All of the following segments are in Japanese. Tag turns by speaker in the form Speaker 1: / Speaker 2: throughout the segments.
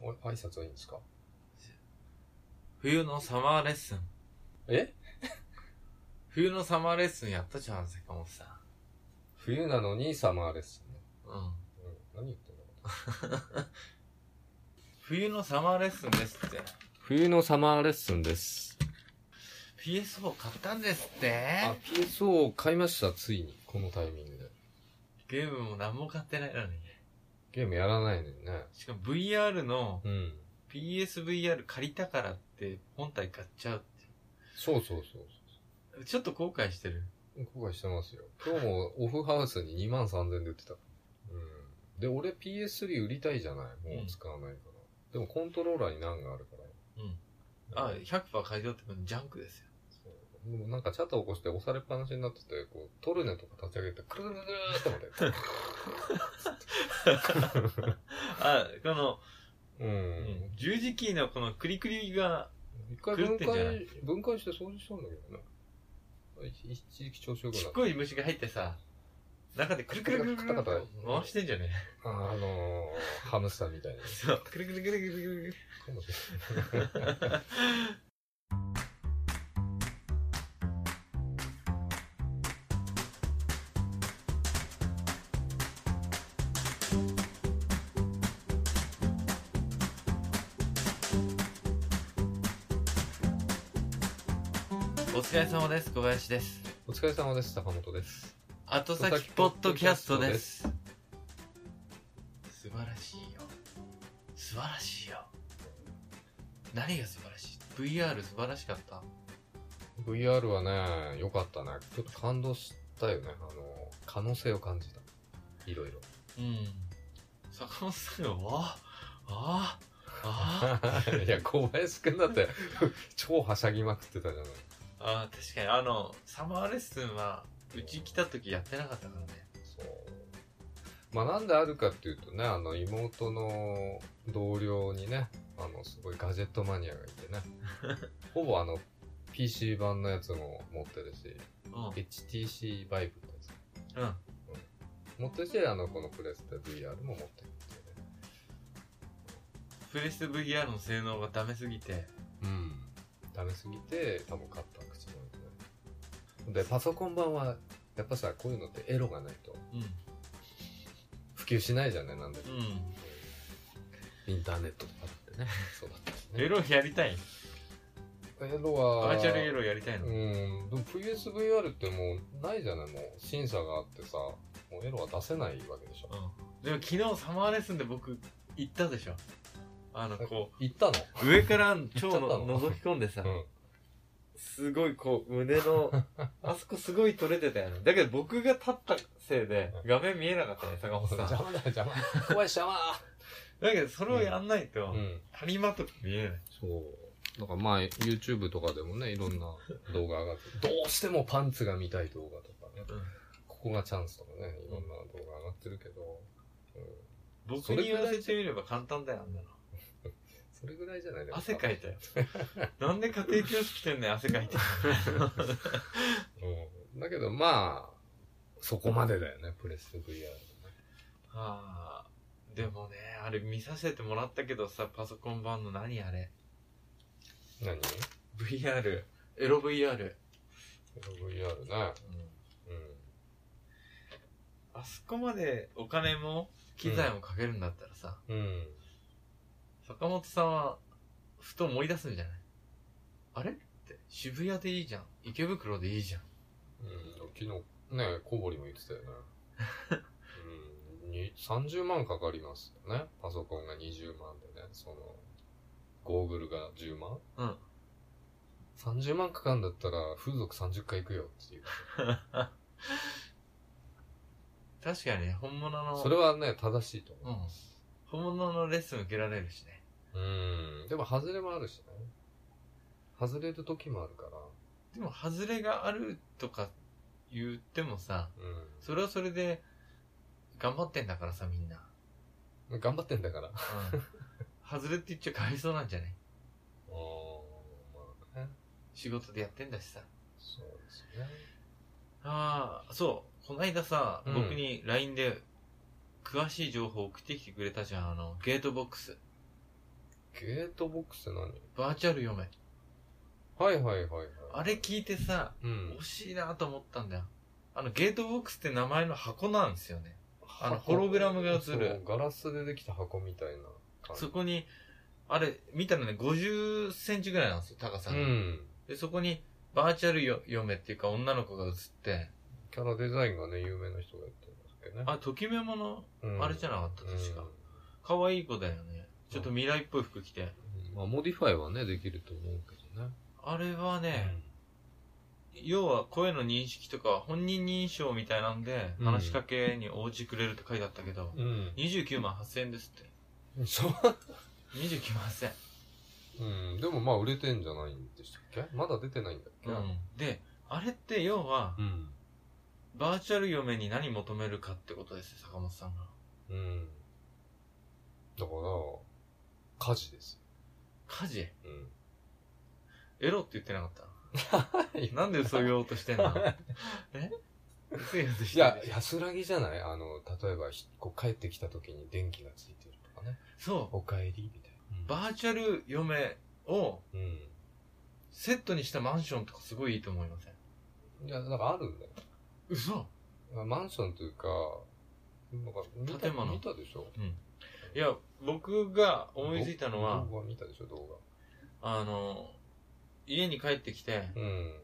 Speaker 1: お挨拶はいいんですか
Speaker 2: 冬のサマーレッスン。
Speaker 1: え
Speaker 2: 冬のサマーレッスンやったじゃん、坂本さん。
Speaker 1: 冬なのにサマーレッスンね。
Speaker 2: うん。
Speaker 1: うん、何言ってんだろう
Speaker 2: 冬のサマーレッスンですって。
Speaker 1: 冬のサマーレッスンです。
Speaker 2: PSO 買ったんですって
Speaker 1: あ、PSO を買いました、ついに。このタイミングで。
Speaker 2: ゲームも何も買ってないのに。
Speaker 1: ゲームやらないのにね。
Speaker 2: しかも VR の
Speaker 1: うん。
Speaker 2: PSVR 借りたからって本体買っちゃうっ
Speaker 1: そうそうそう
Speaker 2: て。ちょっと後悔してる。
Speaker 1: そう。後悔してますよ。今日もオフハウスに2万3000で売ってた。うん。で、俺 PS3 売りたいじゃないもう使わないから。でもコントローラーに難があるから。
Speaker 2: うん。あ、100%買い取ってくるジャンクですよ。
Speaker 1: そうもうなんかチャット起こして押されっぱなしになってて、こう、トルネとか立ち上げて、くるるるるーってまで。
Speaker 2: あ、この、
Speaker 1: う
Speaker 2: うんん。十字キーのこのクリクリが、
Speaker 1: 一回
Speaker 2: 狂
Speaker 1: 分
Speaker 2: ってんじゃな
Speaker 1: 解、分解して掃除したんだけどね。一一時期調子よくなっ
Speaker 2: ち
Speaker 1: た
Speaker 2: っ。こい虫が入ってさ、中でクルクルクルクルって回してんじゃね
Speaker 1: ああのー、ハムスターみたいな
Speaker 2: え。そう。クルクルクルクルクル。
Speaker 1: かもしれない。
Speaker 2: お疲れ様です。小林です。
Speaker 1: お疲れ様です、坂本です。
Speaker 2: 後先ポッドキャストです。素晴らしいよ。素晴らしいよ。何が素晴らしい ?VR 素晴らしかった。
Speaker 1: VR はね、良かったね。ちょっと感動したよね。あのー、可能性を感じた。いろいろ。
Speaker 2: うん。坂本さんが、わあ、ああ、
Speaker 1: いや、小林くんだって、超はしゃぎまくってたじゃない。
Speaker 2: あ あ、確かにあの、サマーレッスンは、うち来た時やってなかったからね。
Speaker 1: そう。まあなんであるかっていうとね、あの妹の同僚にね、あのすごいガジェットマニアがいて ね、ほぼあの PC 版のやつも持ってるし、
Speaker 2: う
Speaker 1: HTC バイブってや
Speaker 2: ん。うん。
Speaker 1: つ持ってるし、あのこのプレステ VR も持ってるっていうね。
Speaker 2: プレステ VR の性能がダメすぎて。
Speaker 1: うん。ダメすぎて、多分買った口もいで、パソコン版は、やっぱさ、こういうのってエロがないと
Speaker 2: うん。
Speaker 1: 普及しないじゃんね、なんでも。
Speaker 2: うん。
Speaker 1: インターネットとかってね。そうだったしね。
Speaker 2: エロやりたい
Speaker 1: エロは、
Speaker 2: バーチャルエロやりたいの、
Speaker 1: うん、でも PSVR ってもうないじゃない、もう審査があってさ、もうエロは出せないわけでしょ。
Speaker 2: でも昨日サマーレッスンで僕行ったでしょあのこ
Speaker 1: 行ったの
Speaker 2: う上から超
Speaker 1: 行っちゃったの
Speaker 2: の覗き込んでさ、
Speaker 1: うん。
Speaker 2: すごいこう胸 のあそこすごい取れてたよねだけど僕が立ったせいで画面見えなかったね坂本さん
Speaker 1: 邪魔だよ、邪魔。怖い、邪魔
Speaker 2: だけどそれをやんないと
Speaker 1: うん。
Speaker 2: 谷間とか見えない
Speaker 1: そう。だからまあ、YouTube とかでもね、いろんな動画上がって、 どうしてもパンツが見たい動画とかね、ここがチャンスとかね、いろんな動画上がってるけど、うん。
Speaker 2: 僕に言わせてみれば簡単だよあんなの
Speaker 1: それぐらいじゃないでも
Speaker 2: 汗かいたよ なんで家庭教師来てんねん汗かいて
Speaker 1: うん。だけどまあ、そこまでだよね、プレステ VR ね。
Speaker 2: ああ、でもね、あれ見させてもらったけどさ、パソコン版の何あれ
Speaker 1: 何
Speaker 2: ?VR、エロ VR。
Speaker 1: ?VR ね。うん。
Speaker 2: あそこまでお金も機材もかけるんだったらさ、
Speaker 1: うん。
Speaker 2: 坂本さんはふと思い出すんじゃないあれって渋谷でいいじゃん。池袋でいいじゃん。
Speaker 1: 昨日、ね、小堀も言ってたよ ね。うん、に30万かかりますよね。パソコンが20万でね。その、ゴーグルが10万
Speaker 2: うん。
Speaker 1: 30万かかんだったら、風俗30回行くよっていう。
Speaker 2: 確かにね、本物の、
Speaker 1: それはね、正しいと
Speaker 2: う
Speaker 1: 思
Speaker 2: ん。本物のレッスン受けられるしね。
Speaker 1: う。うん。でも、外れもあるしね。外れる時もあるから。
Speaker 2: でも、外れがあるとか言ってもさ、それはそれで頑張ってんだからさ、みんな。
Speaker 1: うん。頑張ってんだから。あ
Speaker 2: うん。外れって言っちゃかわいそうなんじゃない
Speaker 1: あ、まあね。
Speaker 2: 仕事でやってんだしさ。
Speaker 1: そうですね。
Speaker 2: ああ、そう。こないださ、
Speaker 1: うん
Speaker 2: 僕に LINE で詳しい情報を送ってきてくれたじゃん。あの、ゲートボックス。
Speaker 1: ゲートボックスって何
Speaker 2: バーチャル嫁。
Speaker 1: はいはいはいはい。
Speaker 2: あれ聞いてさ、
Speaker 1: うん
Speaker 2: 惜。しいなと思ったんだよ。あの、ゲートボックスって名前の箱なんですよね。あの、
Speaker 1: 箱
Speaker 2: ホログラムが映
Speaker 1: そう
Speaker 2: る。
Speaker 1: ガラスでできた箱みたいな感じ。
Speaker 2: そこに、あれ、見たらね、50センチぐらいなんですよ、高さ
Speaker 1: う
Speaker 2: が。
Speaker 1: ん。
Speaker 2: で、そこに、バーチャルよ嫁っていうか女の子が映って、
Speaker 1: キャラデザインがね、有名な人がやってるんですけどね。
Speaker 2: あ、ときめもの、
Speaker 1: うん
Speaker 2: あれじゃなかった、確か
Speaker 1: うん。
Speaker 2: 可愛い子だよね。ちょっと未来っぽい服着て。
Speaker 1: まあ、モディファイはね、できると思うけどね。
Speaker 2: あれはね、要は声の認識とか本人認証みたいなんで、
Speaker 1: うん
Speaker 2: 話しかけに応じてくれるって書いてあったけど、
Speaker 1: うん。
Speaker 2: 29万8000円ですって。
Speaker 1: うん。そう。
Speaker 2: 29万8000円。
Speaker 1: うん。でもまあ、売れてんじゃないんでしたっけまだ出てないんだっけ
Speaker 2: で、あれって要は、
Speaker 1: うん。
Speaker 2: バーチャル嫁に何求めるかってことですよ、坂本さんが。
Speaker 1: うん。だから、家事です
Speaker 2: 家事
Speaker 1: よ。うん。
Speaker 2: エロって言ってなか ったなんでそう言おうとしてんのえ薄いやつ
Speaker 1: い
Speaker 2: してる
Speaker 1: や、安らぎじゃないあの、例えば、ひこう帰ってきた時に電気がついてるとかね。
Speaker 2: そ。
Speaker 1: お帰りみたいうな。
Speaker 2: バーチャル嫁を
Speaker 1: うん。
Speaker 2: セットにしたマンションとかすごいいいと思いません
Speaker 1: うん。いや、なんかあるんだよ。
Speaker 2: 嘘
Speaker 1: まあマンションというか、なんか見た
Speaker 2: 建物
Speaker 1: 見たでしょ
Speaker 2: いや、僕が思いついたのは、
Speaker 1: 動画見たでしょ、動
Speaker 2: あの、家に帰ってきて、
Speaker 1: 画。うん。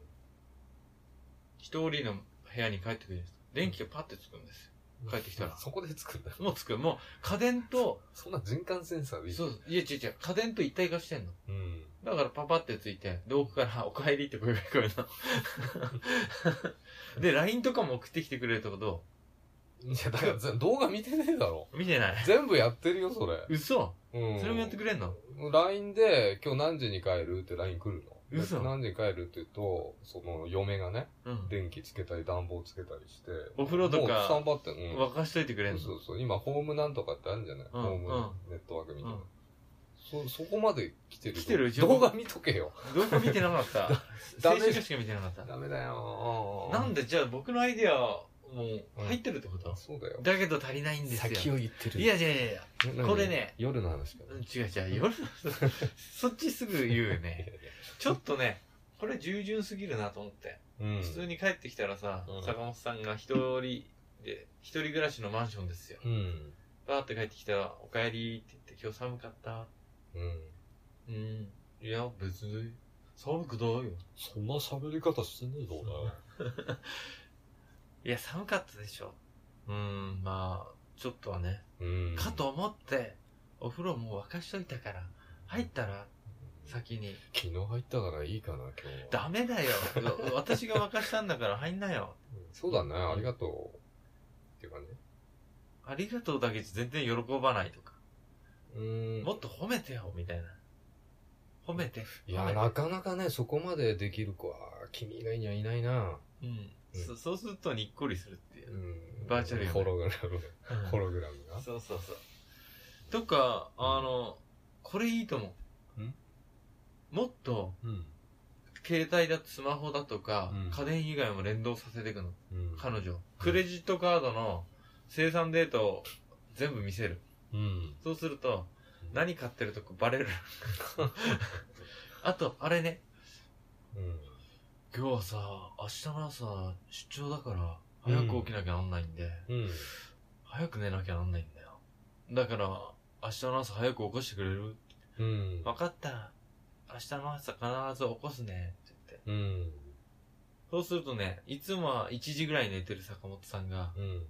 Speaker 2: 一人の部屋に帰ってくるんです。電気がパッてつくんです帰ってきた ら
Speaker 1: そこで作るんだ。
Speaker 2: よ。もうつく。もう家電と、
Speaker 1: そんな人感センサーでいい
Speaker 2: そう、いや違う違う、家電と一体化してんの。
Speaker 1: うん。
Speaker 2: だからパパってついて、で奥から、お帰りって声が聞こえるの。 で、LINE とかも送ってきてくれるってこと
Speaker 1: いや、だからぜ動画見てねえだろ。
Speaker 2: 見てない。
Speaker 1: 全部やってるよ、それ。
Speaker 2: 嘘
Speaker 1: うん。
Speaker 2: それもやってくれんの
Speaker 1: もう LINE で、今日何時に帰るって LINE 来るの。
Speaker 2: 嘘
Speaker 1: で何時に帰るって言うと、その、嫁がね、
Speaker 2: うん。
Speaker 1: 電気つけたり暖房つけたりして。
Speaker 2: お風呂とか
Speaker 1: もうスタンバってんの。
Speaker 2: 沸かしといてくれんの
Speaker 1: そうそう。今、ホームなんとかってあるんじゃない、
Speaker 2: うん
Speaker 1: ホームネットワークみたいな。そ、そこまで来てる。
Speaker 2: 来てる
Speaker 1: 動画見とけよ。
Speaker 2: どこ見てなかった
Speaker 1: ダ
Speaker 2: 青
Speaker 1: メ
Speaker 2: 春しか見てなかった。
Speaker 1: ダメだよ。
Speaker 2: なん
Speaker 1: で
Speaker 2: で、じゃあ僕のアイディア、もう、入ってるってこと
Speaker 1: そうだよ。
Speaker 2: だけど足りないんです
Speaker 1: 先
Speaker 2: よ。
Speaker 1: を言ってる。
Speaker 2: いやいやいやいや、
Speaker 1: 何
Speaker 2: これね。
Speaker 1: 夜の話か
Speaker 2: う
Speaker 1: なん
Speaker 2: 違う違う、夜、そっちすぐ言うよ ね。ちょっとね、これ従順すぎるなと思って。
Speaker 1: うん。
Speaker 2: 普通に帰ってきたらさ、
Speaker 1: うん
Speaker 2: 坂本さんが一人で、一人暮らしのマンションですよ。
Speaker 1: うん。
Speaker 2: バーって帰ってきたら、お帰りって言って、今日寒かった。
Speaker 1: うん。
Speaker 2: うん。いや、別に。寒くないよ。
Speaker 1: そんな喋り方してねえぞ、
Speaker 2: いや、寒かったでしょ。うん、まあ、ちょっとはね。
Speaker 1: 俺。うん。
Speaker 2: かと思って、お風呂もう沸かしといたから、入ったら、先に。
Speaker 1: 昨日入ったからいいかな、今日は。
Speaker 2: ダメだよ。 私が沸かしたんだから入んなよ。
Speaker 1: うんそうだね、ありがとう。っていうかね。
Speaker 2: ありがとうだけじゃ全然喜ばないとか。
Speaker 1: うん
Speaker 2: もっと褒めてよ、みたいな。褒めて。
Speaker 1: い
Speaker 2: 褒
Speaker 1: や、
Speaker 2: めて
Speaker 1: なかなかね、そこまでできる子は、君以外にはいないな。
Speaker 2: うん。
Speaker 1: うん
Speaker 2: そそうするとにっこりするっていうう。
Speaker 1: ん
Speaker 2: バーチャルよね
Speaker 1: ホログラム。
Speaker 2: うん
Speaker 1: ホログラムが。
Speaker 2: そうそうそう。とか、あの、これいいと思う。
Speaker 1: ん
Speaker 2: もっと、
Speaker 1: うん。
Speaker 2: 携帯だとスマホだとか、
Speaker 1: うん
Speaker 2: 家電以外も連動させていくの。
Speaker 1: うん。
Speaker 2: 彼女。クレジットカードの生産データを全部見せる。
Speaker 1: うん。
Speaker 2: そうすると、
Speaker 1: うん
Speaker 2: 何買ってるとかバレる。あと、あれね、
Speaker 1: うん。
Speaker 2: 今日はさ、明日の朝、出張だから、早く起きなきゃなんないんで、
Speaker 1: うん。
Speaker 2: 早く寝なきゃなんないんだよ。だから、明日の朝早く起こしてくれる
Speaker 1: うん。
Speaker 2: 分かった。明日の朝必ず起こすね。って言って。
Speaker 1: うん。
Speaker 2: そうするとね、いつもは1時ぐらい寝てる坂本さんが、
Speaker 1: うん。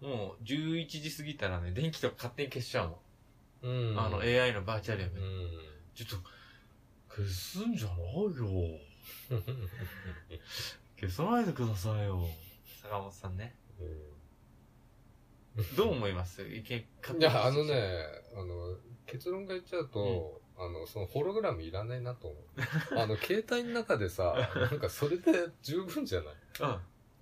Speaker 2: もう11時過ぎたらね、電気とか勝手に消しちゃうの。
Speaker 1: うん。
Speaker 2: あの AI のバーチャルやめ、
Speaker 1: う
Speaker 2: ちょっと、消すんじゃないよ。
Speaker 1: ん。
Speaker 2: 消さないでくださいよ。坂本さんね。
Speaker 1: うん
Speaker 2: どう思います意見、勝
Speaker 1: い
Speaker 2: 手に
Speaker 1: や、あの。ね、あの、結論が言っちゃうと、あの、そのホログラムいらないなと思う。 あの、携帯の中でさ、なんかそれで十分じゃない
Speaker 2: う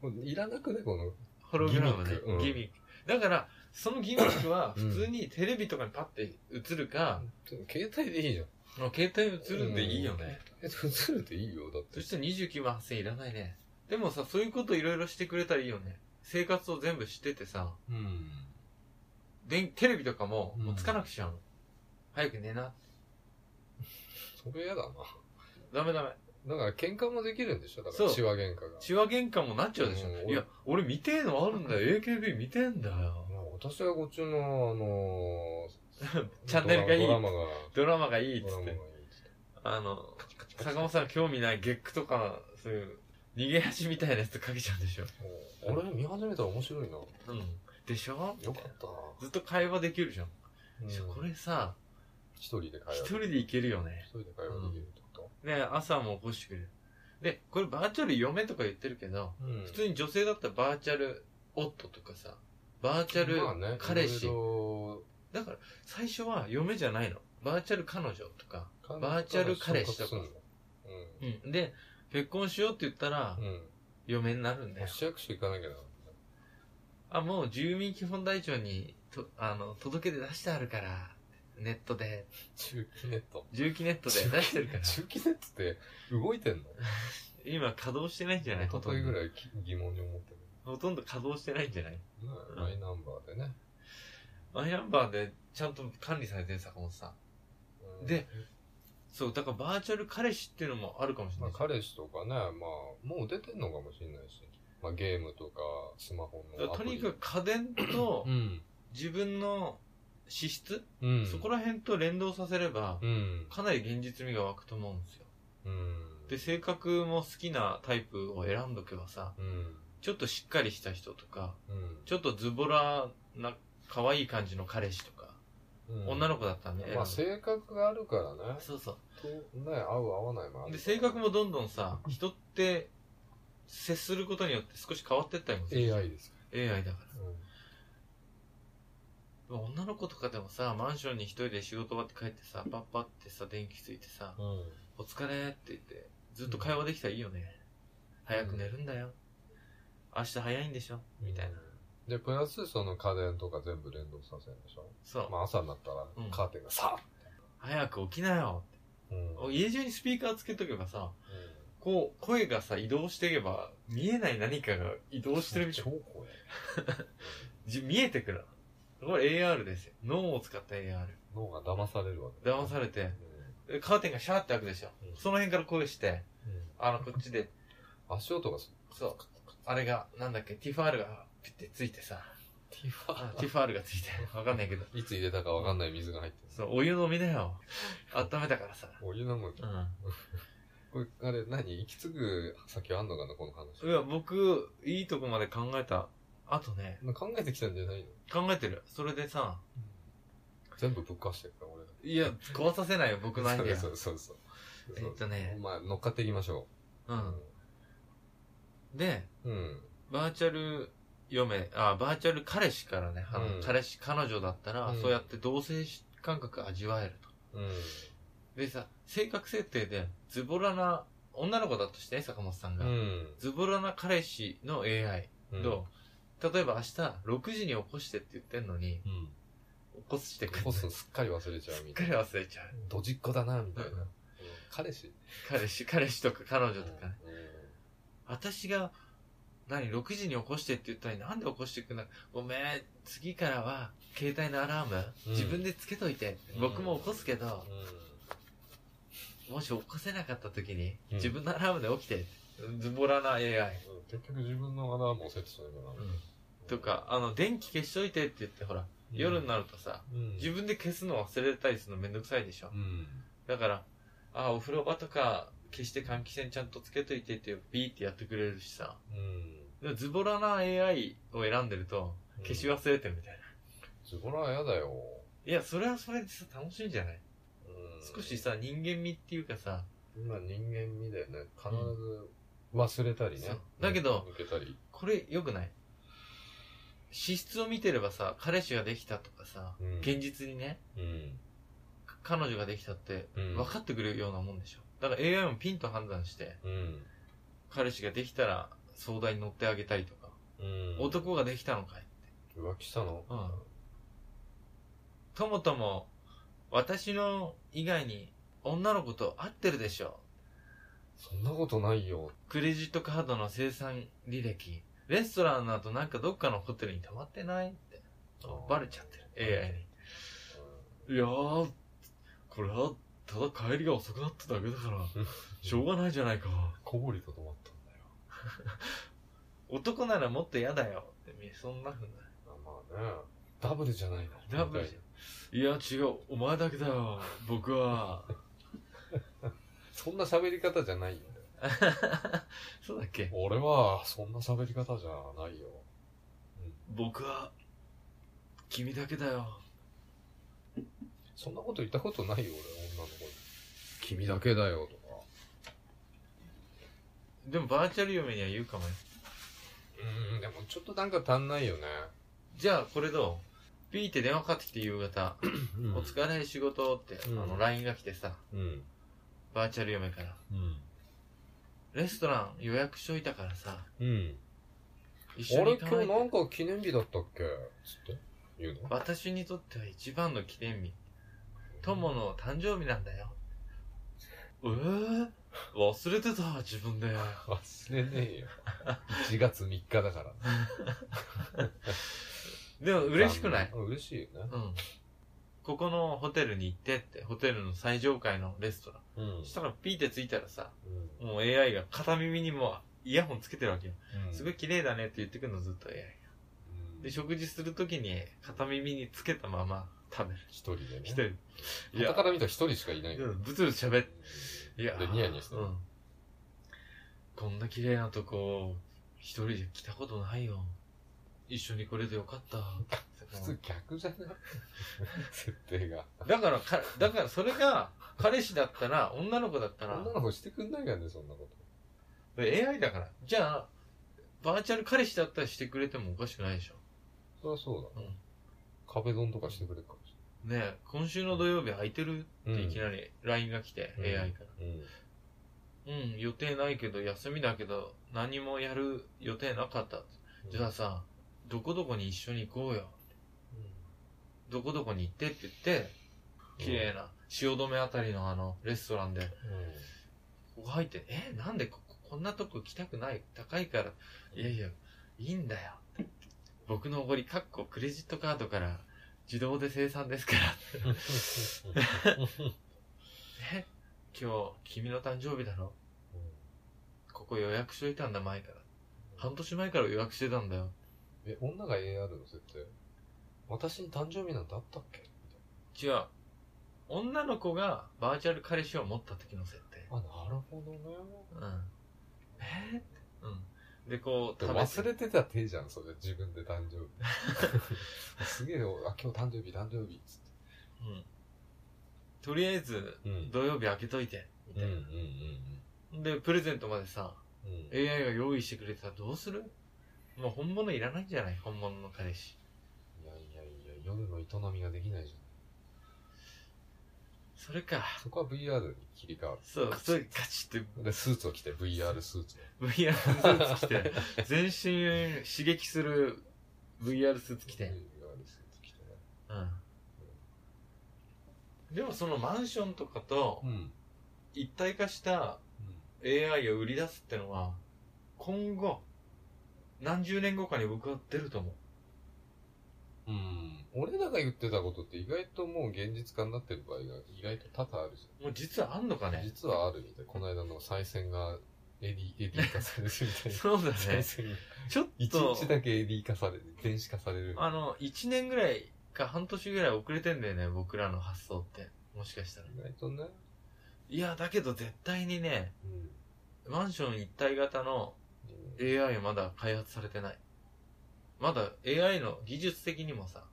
Speaker 2: ん。
Speaker 1: もういらなくね、この。
Speaker 2: ホログラムね
Speaker 1: ギミックうん。
Speaker 2: ギミック。だから、そのギミックは
Speaker 1: うん
Speaker 2: 普通にテレビとかにパッて映るか、
Speaker 1: 携帯でいいじゃん。
Speaker 2: もう携帯映るんでいいよね。
Speaker 1: え、映るでいいよ、だっ
Speaker 2: そ
Speaker 1: て
Speaker 2: し。たら29万8000いらないね。でもさ、そういうこといろいろしてくれたらいいよね。生活を全部知っててさ、
Speaker 1: うん。
Speaker 2: でテレビとかも、
Speaker 1: うん
Speaker 2: もうつかなくしちゃうの。早く寝な。
Speaker 1: それ嫌だな。
Speaker 2: ダメダメ。
Speaker 1: だから喧嘩もできるんでしょだか
Speaker 2: そう
Speaker 1: ら、シワ喧嘩が。
Speaker 2: 血は喧嘩もなっちゃうでし
Speaker 1: うん
Speaker 2: ょ。いや、俺見てえのあるんだよ。AKB 見てんだよ。
Speaker 1: まあ私はこっちの、あのー
Speaker 2: チャンネルがいい
Speaker 1: ドラマが、
Speaker 2: ドラマがいいっ
Speaker 1: ドラ
Speaker 2: つっ
Speaker 1: マがいい
Speaker 2: て。
Speaker 1: っつって
Speaker 2: あの、坂本さん興味ないゲックとか、そういう、逃げ足みたいなやつかけちゃうんでしょ。
Speaker 1: おあれ見始めたら面白いな。よ
Speaker 2: うん。でしょ
Speaker 1: かったな。
Speaker 2: ずっと会話できるじゃん。
Speaker 1: うん
Speaker 2: いやこれさ、
Speaker 1: 一人で会話でき
Speaker 2: 一人
Speaker 1: る。
Speaker 2: でいけるよね
Speaker 1: 一。人で会話できるってこと
Speaker 2: ね、朝も起こしてくれる。で、これバーチャル嫁とか言ってるけど、
Speaker 1: うん
Speaker 2: 普通に女性だったらバーチャル夫とかさ、バーチャル、
Speaker 1: まあね
Speaker 2: 彼氏
Speaker 1: いろ
Speaker 2: だから最初は嫁じゃないの。バーチャル彼女とか、
Speaker 1: いろ
Speaker 2: バーチャル彼氏とか
Speaker 1: 彼氏すん
Speaker 2: うん、で、結婚しようって言ったら、
Speaker 1: のうん。
Speaker 2: 嫁になるん
Speaker 1: う
Speaker 2: だ
Speaker 1: ん。
Speaker 2: よ。
Speaker 1: 市役所行かなきゃな。
Speaker 2: あ、もう住民基本台帳に、と、あの、届け出出してあるから、ネットで、
Speaker 1: 中期ネット。
Speaker 2: 重機ネットで
Speaker 1: 重機
Speaker 2: 出してるから、
Speaker 1: 中期ネットって動いてんの
Speaker 2: 今稼働してないんじゃない
Speaker 1: 一
Speaker 2: ほと
Speaker 1: 昨日
Speaker 2: ん
Speaker 1: ぐ
Speaker 2: ど。
Speaker 1: らいき疑問に思ってる。
Speaker 2: ほとんど稼働してないんじゃない
Speaker 1: ね
Speaker 2: うん
Speaker 1: マイナンバーでね。
Speaker 2: マイナンバーでちゃんと管理されてる坂本さん。
Speaker 1: うん
Speaker 2: で、そう、だからバーチャル彼氏っていうのもあるかもしれ
Speaker 1: ま
Speaker 2: な
Speaker 1: あ
Speaker 2: い。
Speaker 1: 彼氏とかね、まあ、もう出てんのかもしれないし。まあゲームとか、スマホ
Speaker 2: だ
Speaker 1: の
Speaker 2: から
Speaker 1: ア
Speaker 2: と
Speaker 1: プ
Speaker 2: に
Speaker 1: リ。
Speaker 2: かく家電と
Speaker 1: うん。
Speaker 2: 自分の資質、
Speaker 1: うん。
Speaker 2: そこら辺と連動させれば、
Speaker 1: うん。
Speaker 2: かなり現実味が湧くと思うんですよ。
Speaker 1: うん。
Speaker 2: で、性格も好きなタイプを選んどけばさ、
Speaker 1: うん。
Speaker 2: ちょっとしっかりした人とか、
Speaker 1: うん。
Speaker 2: ちょっとズボラな、可愛い感じの彼氏とか、
Speaker 1: うん
Speaker 2: 女の子だったんで、
Speaker 1: まあ
Speaker 2: 選ん
Speaker 1: 性格があるからね
Speaker 2: だ。そうそ
Speaker 1: とね、合う合わないもあ
Speaker 2: う。
Speaker 1: る
Speaker 2: で、性格もどんどんさ、人って、接することによって少し変わってったりもする。
Speaker 1: AI ですか、
Speaker 2: AI だからら。女の子とかでもさ、マンションに一人で仕事終わって帰ってさ、パッパってさ、電気ついてさ、
Speaker 1: うん
Speaker 2: お疲れって言って、ずっと会話できたらいいよね。早く寝るんだよ。明日早いんでしょみたいな。
Speaker 1: でプラスその家電とか全部連動させるんでしょ、
Speaker 2: そう。
Speaker 1: まあ、朝になったら
Speaker 2: うん
Speaker 1: カーテンがさ
Speaker 2: 早く起きなよ。
Speaker 1: うん、うん
Speaker 2: 家中にスピーカーつけとけばさ、こう、声がさ、移動していけば、見えない何かが移動してるみたい
Speaker 1: 超
Speaker 2: な。
Speaker 1: 怖い
Speaker 2: じ見えてくるの。これ AR ですよ。脳を使った AR。
Speaker 1: 脳が騙されるわけ
Speaker 2: 騙されて
Speaker 1: れ、
Speaker 2: でカーテンがシャーって開くでしょ。
Speaker 1: うん
Speaker 2: その辺から声して、あの、こっちで、
Speaker 1: 足音がす
Speaker 2: そう、あれが、なんだっけ、ティファールが、ピッてついてさ、
Speaker 1: ティフ
Speaker 2: あティファールがついて、わかんないけど、
Speaker 1: いつ入れたかわかんない水が入ってる、
Speaker 2: そう、お湯飲みなよ。温めたからさ。
Speaker 1: お湯飲む
Speaker 2: うん。
Speaker 1: これあれ何息継ぐ先あんのかなこの話
Speaker 2: いや、僕、いいとこまで考えた。あとね、
Speaker 1: 考えてきたんじゃないの
Speaker 2: 考えてる。それでさ、
Speaker 1: 全部ぶっ壊してるから俺
Speaker 2: いや、壊させないよ、僕のアイデ ア。
Speaker 1: そうそうそうそう
Speaker 2: えっとね
Speaker 1: まあ乗っかっていきましょ
Speaker 2: う。
Speaker 1: ううん
Speaker 2: で、
Speaker 1: うん
Speaker 2: バーチャル嫁、あ、バーチャル彼氏からね、あ
Speaker 1: う
Speaker 2: の
Speaker 1: ん
Speaker 2: 彼氏、彼女だったら、
Speaker 1: うん
Speaker 2: そうやって同性感覚味わえると。
Speaker 1: うん
Speaker 2: でさ、性格設定で、ズボラな、女の子だとしてね、坂本さん
Speaker 1: う
Speaker 2: が。
Speaker 1: ん
Speaker 2: ズボラな彼氏の AI
Speaker 1: うん
Speaker 2: と、例えば明日6時に起こしてって言ってんのに、
Speaker 1: うん
Speaker 2: 起こしてくる。
Speaker 1: ボス
Speaker 2: す
Speaker 1: すっかり忘れちゃうみ
Speaker 2: った
Speaker 1: い
Speaker 2: かり
Speaker 1: な
Speaker 2: 忘れちゃう。
Speaker 1: ドジっ子だなみたいな
Speaker 2: うん
Speaker 1: 彼氏
Speaker 2: 彼氏、彼氏とか彼女
Speaker 1: う
Speaker 2: と
Speaker 1: ん
Speaker 2: かね。私が、何、6時に起こしてって言ったのに、なんで起こしてくんなごめん、次からは、携帯のアラーム、
Speaker 1: うん
Speaker 2: 自分でつけといて、
Speaker 1: うん
Speaker 2: 僕も起こすけど、
Speaker 1: う
Speaker 2: もし起こせなかった時に、
Speaker 1: うん
Speaker 2: 自分のアラームで起きて、ズボラな AI。
Speaker 1: ん結局自分のアラームをセットするから
Speaker 2: とか、あの、電気消しといてって言って、ほら、夜になるとさ、
Speaker 1: うん
Speaker 2: 自分で消すの忘れたりするのめんどくさいでしょ
Speaker 1: う。ん
Speaker 2: だから、あ、お風呂場とか、消して換気扇ちゃんとつけといてって、ビーってやってくれるしさ。
Speaker 1: うん
Speaker 2: でもズボラな AI を選んでると、消し忘れてるみたいな。
Speaker 1: ズボラは嫌だよ
Speaker 2: いや、それはそれでさ、楽しいんじゃない、
Speaker 1: うん
Speaker 2: 少しさ、人間味っていうかさ、
Speaker 1: まあ人間味だよね必ず忘れたりね
Speaker 2: そうだけど
Speaker 1: 抜けたり
Speaker 2: これ良くない資質を見てればさ、彼氏ができたとかさ、
Speaker 1: うん
Speaker 2: 現実にね、
Speaker 1: うん
Speaker 2: か彼女ができたって
Speaker 1: うん
Speaker 2: 分かってくれるようなもんでしょ。だから AI もピンと判断して、
Speaker 1: うん
Speaker 2: 彼氏ができたら相談に乗ってあげたいとか、
Speaker 1: うん
Speaker 2: 男ができたのかい
Speaker 1: 浮気したの
Speaker 2: うんともとも、私の以外に女の子と会ってるでしょ。
Speaker 1: そんなことないよ。
Speaker 2: クレジットカードの生産履歴。レストランの後なんかどっかのホテルに泊まってないって
Speaker 1: あー。
Speaker 2: バレちゃってる。AI に。いやー、これは、ただ帰りが遅くなっただけだ から、しょうがないじゃないか。
Speaker 1: 小堀と止まったんだよ。
Speaker 2: 男ならもっと嫌だよ。ってみそんなふう
Speaker 1: あまあね、ダブルじゃないの。
Speaker 2: な。ダブルじゃん。いや、違う。お前だけだよ。僕は。
Speaker 1: そんな喋り方じゃないよ。
Speaker 2: そうだっけ
Speaker 1: 俺は、そんな喋り方じゃないよ。
Speaker 2: 僕は、君だけだよ。
Speaker 1: そんなこと言ったことないよ、俺、女の子に。君だけだよ、とか。
Speaker 2: でもバーチャル嫁には言うかもよ。
Speaker 1: うん、でもちょっとなんか足んないよね。
Speaker 2: じゃあ、これどうピーって電話かかってきて夕方、
Speaker 1: うん
Speaker 2: お疲れ仕事って、
Speaker 1: うん
Speaker 2: あの、LINE が来てさ、
Speaker 1: うん。
Speaker 2: バーチャル嫁から。
Speaker 1: うん。
Speaker 2: レストラン予約しといたからさ、
Speaker 1: うん。
Speaker 2: 一
Speaker 1: あ
Speaker 2: 緒
Speaker 1: れ
Speaker 2: に行か
Speaker 1: 今
Speaker 2: ない
Speaker 1: 日なんか記念日だったっけつって言うの
Speaker 2: 私にとっては一番の記念日。友の誕生日なんだよ。えー、忘れてた、自分で。
Speaker 1: 忘れねえよ。1月3日だから。
Speaker 2: でも嬉しくない
Speaker 1: あ 嬉しいよね。
Speaker 2: うん。ここのホテルに行ってって、ホテルの最上階のレストラン。
Speaker 1: うん。
Speaker 2: そしたらピーってついたらさ、
Speaker 1: うん
Speaker 2: もう AI が片耳にもうイヤホンつけてるわけよ。
Speaker 1: うん
Speaker 2: すごい綺麗だねって言ってくるのずっと AI が。
Speaker 1: うん
Speaker 2: で、食事するときに片耳につけたまま食べる。
Speaker 1: 一人でね。
Speaker 2: 一人。い
Speaker 1: 傍
Speaker 2: や、
Speaker 1: から見たら一人しかいない。
Speaker 2: うんブツブツ喋っいや
Speaker 1: で、ニヤニヤして
Speaker 2: う
Speaker 1: る。
Speaker 2: ん。こんな綺麗なとこ、一人で来たことないよ。一緒に来れてよかった。
Speaker 1: 普通逆 じゃない設定が。
Speaker 2: だからか、だからそれが、彼氏だったら、女の子だったら、
Speaker 1: 女の子してくんないからね、そんなこと。
Speaker 2: AI だから。じゃあ、バーチャル彼氏だったらしてくれてもおかしくないでしょ。
Speaker 1: そりゃそうだな
Speaker 2: うん。
Speaker 1: 壁ドンとかしてくれるかもし
Speaker 2: ねえ今週の土曜日空いてる
Speaker 1: れ
Speaker 2: っ
Speaker 1: な
Speaker 2: て
Speaker 1: い。
Speaker 2: いきなり LINE が来て、
Speaker 1: うん
Speaker 2: AI から。
Speaker 1: うん。
Speaker 2: うん、予定ないけど、休みだけど、何もやる予定なかった。じゃあさ、どこどこに一緒に行こうよ。どこどこに行ってって言って、綺麗な、汐留あたりのあの、レストランで、ここ入って、え、なんでここ、こんなとこ来たくない高いから、いや いや、いいんだよ。僕のおごり、かっこクレジットカードから、自動で生産ですから。え、今日、君の誕生日だろここ予約しといたんだ、前から。半年前から予約してたんだよ。
Speaker 1: え、女が AR の設定私に誕生日なんてあったっけ
Speaker 2: 違う。女の子がバーチャル彼氏を持った時の設定。
Speaker 1: あ、なるほどね。
Speaker 2: うん。えーってうん。で、こう、
Speaker 1: で
Speaker 2: 食
Speaker 1: も
Speaker 2: べ
Speaker 1: 忘
Speaker 2: て。
Speaker 1: れてた手じゃん、それ。自分で誕生 日。すげえよ。あ、今日誕生日、誕生日。つっ
Speaker 2: うん。とりあえず、
Speaker 1: て。うん。
Speaker 2: 土曜日開けといて。み
Speaker 1: うん
Speaker 2: た
Speaker 1: うん
Speaker 2: い
Speaker 1: うん
Speaker 2: な。で、プレゼントまでさ、
Speaker 1: うんうん。
Speaker 2: AI が用意してくれてたらどうするもう本物いらないんじゃない本物の彼氏。
Speaker 1: いやいやいや、夜の営みができないじゃ
Speaker 2: それか。
Speaker 1: ん。そこは VR に切り替わ
Speaker 2: そう、それガチって
Speaker 1: る。で、スーツを着て、VR スーツ
Speaker 2: VR スーツ着 て、全身刺激する VR スーツ
Speaker 1: を。
Speaker 2: 着て
Speaker 1: VR。スーツ着てね。
Speaker 2: うん。でもそのマンションとかと
Speaker 1: うん。
Speaker 2: 一体化した
Speaker 1: うん。
Speaker 2: AI を売り出すってのは、今後、何十年後かに僕は出ると思う。
Speaker 1: うん。俺らが言ってたことって意外ともう現実化になってる場合が意外と多々あるじ
Speaker 2: もう実はあんのか
Speaker 1: ゃん。
Speaker 2: ね
Speaker 1: 実はあるみたい。この間の再選が AD、AD 化されるみたいな。
Speaker 2: そうだ
Speaker 1: 再
Speaker 2: ね。
Speaker 1: 選が。
Speaker 2: ちょっ
Speaker 1: 一
Speaker 2: と、
Speaker 1: 日だけ AD 化される、電子化される。
Speaker 2: あの、1年ぐらいか半年ぐらい遅れてんだよね、僕らの発想って。もしかしたら。
Speaker 1: 意外とね。
Speaker 2: いや、だけど絶対にね、
Speaker 1: うん。
Speaker 2: マンション一体型の
Speaker 1: え
Speaker 2: AI まだ開発されてない。まだ AI の技術的にもさ、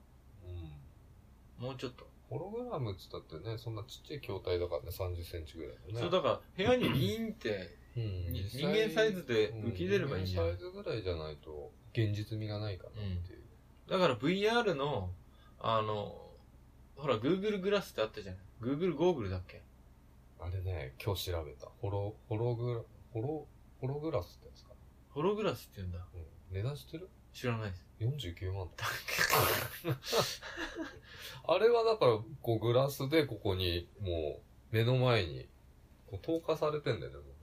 Speaker 1: うん。
Speaker 2: もうちょっと。
Speaker 1: ホログラムっつったってね、そんなちっちゃい筐体だからね、30センチぐらいのね。
Speaker 2: そう、だから、部屋にビーンって、
Speaker 1: うん
Speaker 2: に
Speaker 1: 実
Speaker 2: 人
Speaker 1: 際
Speaker 2: 間サイズで浮き出ればいいんじゃな
Speaker 1: う
Speaker 2: い
Speaker 1: 人間サイズぐらいじゃないと、現実味がないかなっていう。
Speaker 2: だから VR の、あの、ほら、Google グラスってあったじゃない ?Google ゴーグルだっけ
Speaker 1: あれね、今日調べた。ホロ、ホログラ、ホロ、ホログラスってやつか。
Speaker 2: ホログラスって言うんだ。
Speaker 1: うん。値段知ってる
Speaker 2: 知らないです。
Speaker 1: ?49 万 だ。あれはだから、こうグラスでここに、もう、目の前に、こう投下されてんだよね、もうね。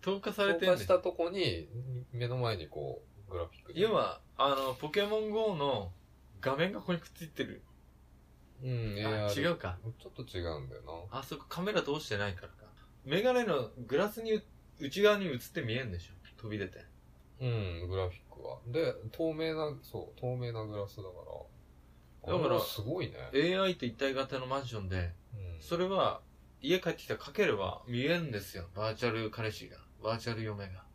Speaker 2: 投下され
Speaker 1: 投
Speaker 2: てる
Speaker 1: 下
Speaker 2: ん
Speaker 1: し
Speaker 2: で
Speaker 1: たとこに、目の前にこう、グラフィックで
Speaker 2: 要、は、あの、ポケモン GO の画面がここにくっついてる。
Speaker 1: うん、
Speaker 2: あ
Speaker 1: ある
Speaker 2: 違うか。
Speaker 1: ちょっと違うんだよな。
Speaker 2: あそこカメラ通してないからか。メガネのグラスにう内側に映って見えるんでしょ飛び出て。
Speaker 1: うん、グラフィックは。で、透明な、そう、透明なグラスだから。
Speaker 2: だから
Speaker 1: あれはすごいね。
Speaker 2: AI と一体型のマンションで、
Speaker 1: うん、
Speaker 2: それは家帰ってきたらかければ見えるんですよ。バーチャル彼氏が。バーチャル嫁が。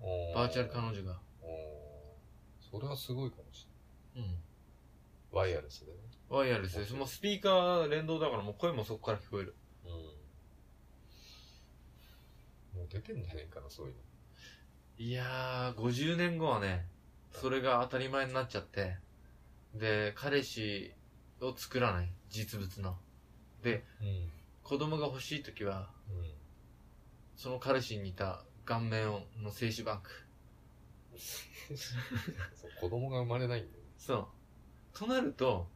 Speaker 1: お
Speaker 2: バーチャル彼女が。
Speaker 1: おーそれはすごいかもし
Speaker 2: うん。
Speaker 1: れない。ワイヤレスでね。
Speaker 2: ワイヤレスです。もうスピーカー連動だからもう声もそこから聞こえる。
Speaker 1: うん。もう出てんじゃねえかな、そういうの。
Speaker 2: いやー、50年後はね、それが当たり前になっちゃって、で、彼氏を作らない。実物の。
Speaker 1: うん。
Speaker 2: 子供が欲しい時は、
Speaker 1: うん。
Speaker 2: その彼氏に似た顔面をの精子バンク。
Speaker 1: そう子供が生まれないんだよね。
Speaker 2: そう。となると、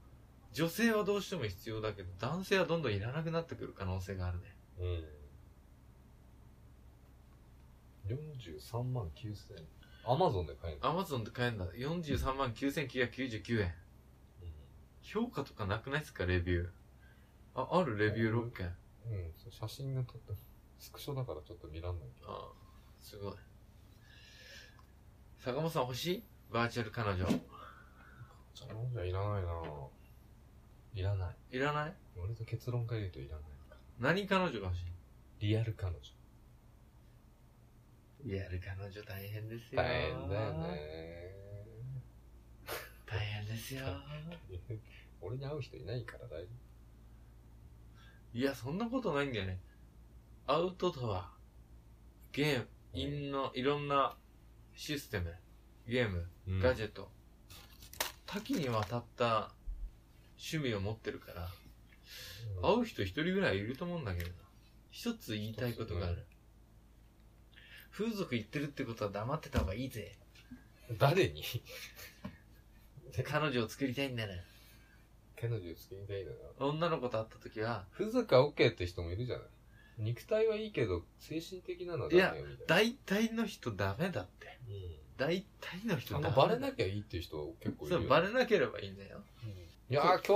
Speaker 2: 女性はどうしても必要だけど、男性はどんどんいらなくなってくる可能性があるね。
Speaker 1: うん。43万9000円。アマゾンで買えるの、
Speaker 2: アマゾンで買えるんだ。43万9999円。評価とかなくないっすか、レビュー。あ、あるレビュー6件。
Speaker 1: うん、うん。そう写真が撮った。スクショだからちょっと見らんないけど。
Speaker 2: あすごい。坂本さん欲しいバーチャル彼女。
Speaker 1: じゃあ、いらないなぁ。いらない。
Speaker 2: いらない
Speaker 1: 俺と結論から言うといらない。
Speaker 2: 何彼女が欲し
Speaker 1: リアル彼女。
Speaker 2: いリアル彼女大変ですよ。
Speaker 1: 大変だよ。ね
Speaker 2: 大変ですよ。
Speaker 1: 俺に会う人いないから大丈
Speaker 2: いや、そんなことないんだよね。アウトドア、ゲーム、
Speaker 1: うん
Speaker 2: インの、いろんなシステム、ゲーム、
Speaker 1: 夫。
Speaker 2: ガジェット、多岐にわたった趣味を持ってるから、
Speaker 1: うん
Speaker 2: 会う人一人ぐらいいると思うんだけどな一つ言いたいことがある。風俗行ってるってことは黙ってた方がいいぜ。
Speaker 1: 誰に
Speaker 2: 彼女を作りたいんだな。
Speaker 1: 彼女作りたいのよ。
Speaker 2: 女の子と会った時は、
Speaker 1: 風俗は OK って人もいるじゃない肉体はいいけど、精神的なのはダメよみたいな。
Speaker 2: 大体の人ダメだって。大体の人
Speaker 1: う
Speaker 2: ダ
Speaker 1: ん。あ
Speaker 2: メだ
Speaker 1: の、バレなきゃいいっていう人は結構いる
Speaker 2: そ
Speaker 1: よ
Speaker 2: う
Speaker 1: ね、
Speaker 2: バレなければいいんだよ。
Speaker 1: うんいやー、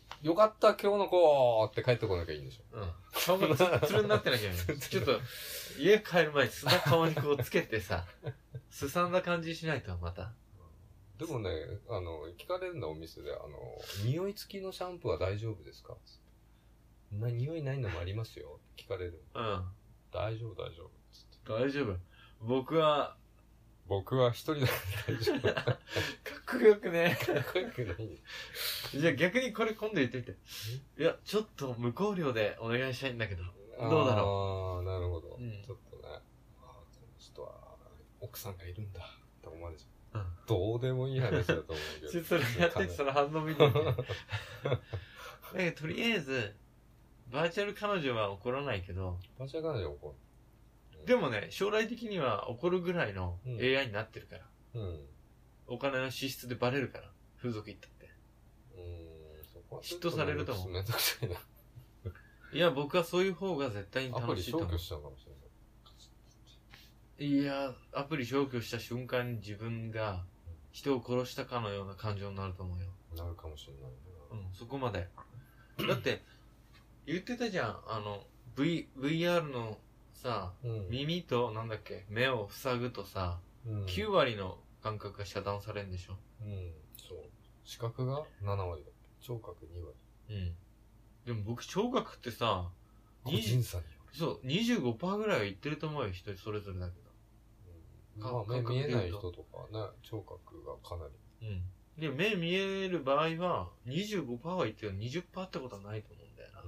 Speaker 1: 今日、よかった、今日の子って帰ってこなきゃいいんでしょ。
Speaker 2: うん。顔がツルツルになってなきゃいけない。 ちょっと、家帰る前に砂顔にこうつけて さ、すさんだ感じしないとまた。
Speaker 1: でもね、あの、聞かれるんだ、お店で。あの、匂い付きのシャンプーは大丈夫ですかつってな、匂いないのもありますよ。聞かれる。
Speaker 2: うん。
Speaker 1: 大丈夫、大丈夫。つって。
Speaker 2: 大丈夫。僕は、
Speaker 1: 僕は一人だから大丈夫。か
Speaker 2: かっこよくね。
Speaker 1: っこよくないよ。
Speaker 2: じゃあ逆にこれ今度言ってみて。いや、ちょっと無香料でお願いしたいんだけど。 どうだ
Speaker 1: ろう。あーなるほど。
Speaker 2: うん
Speaker 1: ちょっとね。あーこの人は、奥さんがいるんだ。って思われちゃう。
Speaker 2: うん
Speaker 1: どうでもいい話だと思うけど。
Speaker 2: ちょっと それやって てその反応見てみて。だけどとりあえず、バーチャル彼女は怒らないけど、
Speaker 1: バシャガナで怒
Speaker 2: でもね、将来的には怒るぐらいの
Speaker 1: うん
Speaker 2: AI になってるから。
Speaker 1: る。うん。
Speaker 2: お金の支出でバレるから。風俗行ったって。
Speaker 1: うーんそこは
Speaker 2: 嫉妬されると思う
Speaker 1: めんどくさい な。
Speaker 2: いや、僕はそういう方が絶対に
Speaker 1: アプ
Speaker 2: 楽
Speaker 1: リ
Speaker 2: しいと
Speaker 1: 消去
Speaker 2: 思う。
Speaker 1: しちゃうかもしれない。
Speaker 2: いや、アプリ消去した瞬間に自分が人を殺したかのような感情になると思うよ。
Speaker 1: なるかもしれないね。
Speaker 2: うん、そこまで。だって、言ってたじゃん。あの、V、VR のさ、
Speaker 1: うん
Speaker 2: 耳と、なんだっけ、目を塞ぐとさ、
Speaker 1: うん
Speaker 2: 9割の感覚が遮断されるんでしょ。
Speaker 1: うん。そう。視覚が7割だっけ聴覚2割。
Speaker 2: うん。でも僕、聴覚ってさ、
Speaker 1: 個
Speaker 2: 20
Speaker 1: 人差によ
Speaker 2: そう、25%ぐらいは言ってると思うよ、人それぞれだけ
Speaker 1: る。うん
Speaker 2: か
Speaker 1: まあ、目
Speaker 2: 感覚
Speaker 1: 見えない
Speaker 2: で言う
Speaker 1: 人と
Speaker 2: と
Speaker 1: かはね、聴覚がかなり。
Speaker 2: ど。うん。で、目見える場合は、25%は言ってる20%ってことはないと思うんだよな。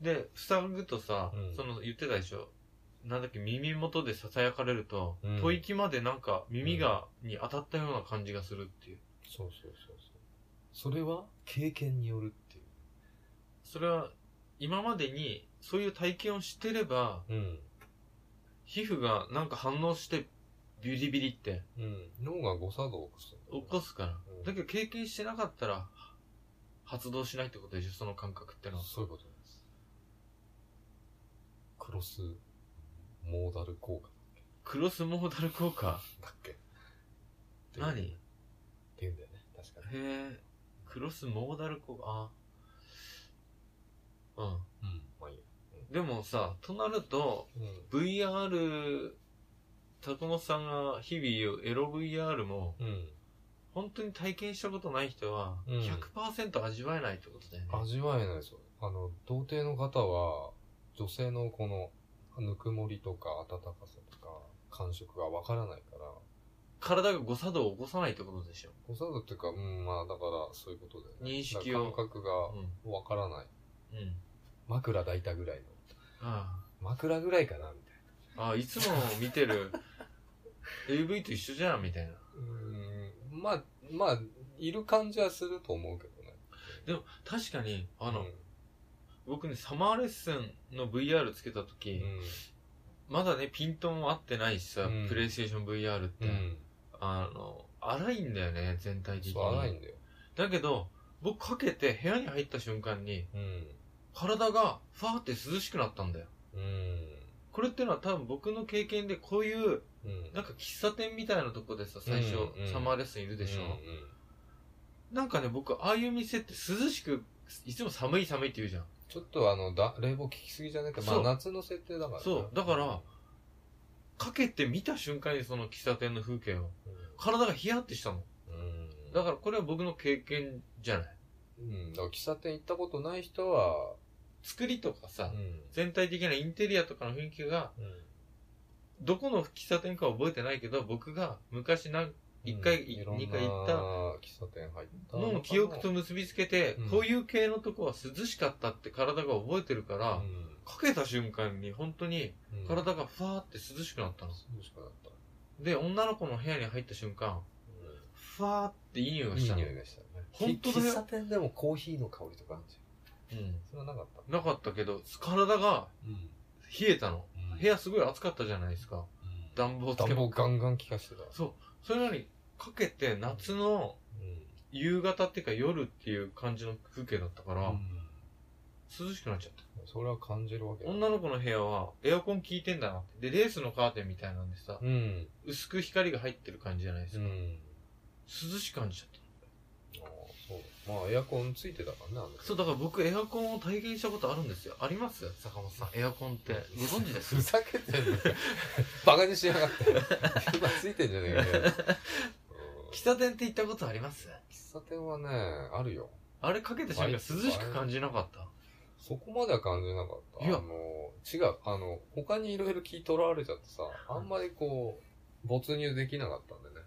Speaker 2: で、塞ぐとさ、
Speaker 1: うん
Speaker 2: その言ってたでしょ。なんだっけ、耳元で囁かれると、
Speaker 1: うん
Speaker 2: 吐息までなんか耳が、に当たったような感じがするっていう。
Speaker 1: そうそうそうそう。それは経験によるってい
Speaker 2: それは、今までにそういう体験をしてれば、
Speaker 1: う。うん。
Speaker 2: 皮膚がなんか反応して、ビリビリって
Speaker 1: うん。脳が誤作動を起こすんだよね
Speaker 2: 起こすから。
Speaker 1: うん
Speaker 2: だけど経験してなかったら、発動しないってことでしょ、その感覚ってのは。
Speaker 1: そういうことです。クロスモーダル効果
Speaker 2: クロスモーダル効果。
Speaker 1: だっけっていうっ
Speaker 2: 何
Speaker 1: て言うんだよね。確かに。
Speaker 2: へえ、クロスモーダル効果、あでもさ、となると、VR、高本さんが日々言うエロ VR も、
Speaker 1: うん。うん。
Speaker 2: 本当に体験したことない人は
Speaker 1: うん
Speaker 2: 100、味わえないってことだよね。
Speaker 1: 味わえないですよ。あの、童貞の方は、女性のこの、ぬくもりとか温かさとか、感触がわからないから、
Speaker 2: 体が誤作動を起こさないってことでしょ。
Speaker 1: 誤作動っていうか、うん、まあだからそういうことだよね。
Speaker 2: 認識を
Speaker 1: だから感覚が
Speaker 2: う
Speaker 1: わからない。
Speaker 2: ん。うん。
Speaker 1: 枕抱いたぐらいの。
Speaker 2: あ
Speaker 1: 枕ぐらいかな、みたい
Speaker 2: あ、あいつも見 てる AV と一緒じゃん、みたいな。
Speaker 1: な。うん、まあ、まあ、いる感じはすると思うけどね。
Speaker 2: でも、確かに、あの、
Speaker 1: うん、
Speaker 2: 僕ね、サマーレッスンの VR つけた時まだね、ピントも合ってないしさ、
Speaker 1: うん
Speaker 2: プレイステーション VR って、
Speaker 1: うん。うん。
Speaker 2: あの、荒いんだよね、全体的に。
Speaker 1: そう、荒いんだよ。
Speaker 2: だけど、僕かけて部屋に入った瞬間に、
Speaker 1: うん。
Speaker 2: 体がファーって涼しくなったんだよ。
Speaker 1: うん。
Speaker 2: これってのは多分僕の経験でこういう、
Speaker 1: うん。
Speaker 2: なんか喫茶店みたいなとこでさ、最初、
Speaker 1: うんうん
Speaker 2: サマーレッスンいるでしょ。
Speaker 1: うん
Speaker 2: なんかね、僕、ああいう店って涼しく、いつも寒い寒いって言うじゃん。
Speaker 1: ちょっとあの、だ冷房効きすぎじゃなくて、ま
Speaker 2: そ
Speaker 1: あ
Speaker 2: う
Speaker 1: 夏の設定だからね。
Speaker 2: そうだからかけて見た瞬間にその喫茶店の風景を、体がヒヤってしたの。
Speaker 1: うん。うん。
Speaker 2: だからこれは僕の経験じゃない。
Speaker 1: うん。だから喫茶店行ったことない人は、
Speaker 2: 作りとかさ、
Speaker 1: うん。
Speaker 2: 全体的なインテリアとかの雰囲気が、
Speaker 1: うん
Speaker 2: どこの喫茶店かは覚えてないけど、僕が昔なん一回
Speaker 1: うん
Speaker 2: い
Speaker 1: いろんな
Speaker 2: 二回行った
Speaker 1: 喫茶店入った
Speaker 2: の記憶と結びつけて、
Speaker 1: うん
Speaker 2: こういう系のとこは涼しかったって体が覚えてるから、
Speaker 1: か
Speaker 2: かけた瞬間に本当に
Speaker 1: が
Speaker 2: 体がふわーって涼しくなったの。
Speaker 1: 涼しくなった
Speaker 2: で、女の子の部屋に入った瞬間、ふわーっていい匂いが
Speaker 1: い
Speaker 2: し
Speaker 1: い
Speaker 2: たの。
Speaker 1: 匂いがしたね
Speaker 2: 本当だよ
Speaker 1: 喫茶店でもコーヒーの香りとかあるじ
Speaker 2: うん
Speaker 1: ゃんそれはなかった
Speaker 2: なかったけど、体が
Speaker 1: うん
Speaker 2: 冷えたの。部
Speaker 1: 屋
Speaker 2: 屋すごい暑かったじゃないですか。暖房つけ
Speaker 1: 暖
Speaker 2: ば
Speaker 1: 房ガンガン効かしてた
Speaker 2: そう。それなのに、かけて夏の
Speaker 1: う
Speaker 2: 夕方っていうか夜っていう感じの風景だったから、涼しくなっちゃった。
Speaker 1: それは感じるわけだ
Speaker 2: 女の子の部屋はエアコン効いてんだなって。で、レースのカーテンみたいなんでさ、
Speaker 1: うん
Speaker 2: 薄く光が入ってる感じじゃないです
Speaker 1: う
Speaker 2: か。
Speaker 1: ん
Speaker 2: 涼しく感じちゃっ
Speaker 1: ああそうまあエアコンついてたからねあの時
Speaker 2: た。そう、だから僕エアコンを体験したことあるんですよ。あります坂本さん。エアコンって。ご存知です
Speaker 1: ふざけてんのかバカにしやがって今ついてんじゃねえ かようん
Speaker 2: 喫茶店って行ったことあります
Speaker 1: 喫茶店はねあるよ
Speaker 2: あれかけた瞬間涼しく感じなかった
Speaker 1: そこまでは感じなかった。
Speaker 2: いや
Speaker 1: あの、違う。あの、他にいろいろ気取られちゃってさ、あんまりこう、没入できなかったんでね。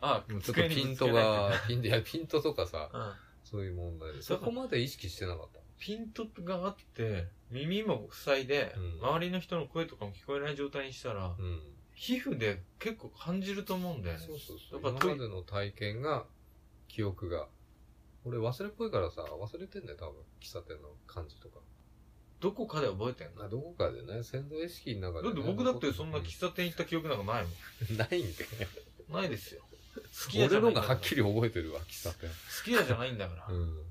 Speaker 2: あ、
Speaker 1: ちょっとピントが、ピント、いや、ピントとかさ、
Speaker 2: うん。
Speaker 1: そういう問題で。そこまで意識してなかっ
Speaker 2: ピントがあって、耳も塞いで、
Speaker 1: うん
Speaker 2: 周りの人の声とかも聞こえない状態にしたら
Speaker 1: た。、うん。
Speaker 2: 皮膚で結構感じると思うんだよね。
Speaker 1: そうそうそう。
Speaker 2: だ
Speaker 1: 今
Speaker 2: か
Speaker 1: ま
Speaker 2: らトイ
Speaker 1: での体験が、記憶が。俺忘れっぽいからさ、忘れてんだよ、多分。喫茶店の感じとか。
Speaker 2: どこかで覚えてんの
Speaker 1: まあどこかでね、潜在意識の中
Speaker 2: だっ
Speaker 1: で、
Speaker 2: て
Speaker 1: ね。
Speaker 2: 僕だってそんな喫茶店行った記憶なんかないも
Speaker 1: うんないんだよね。
Speaker 2: ん。ないですよ。好き屋
Speaker 1: 俺
Speaker 2: じゃな
Speaker 1: の
Speaker 2: いんだ
Speaker 1: が
Speaker 2: か
Speaker 1: は
Speaker 2: ら。
Speaker 1: っきり覚えてるわ、喫茶店。
Speaker 2: 好き屋じゃないんだから。
Speaker 1: うん。
Speaker 2: う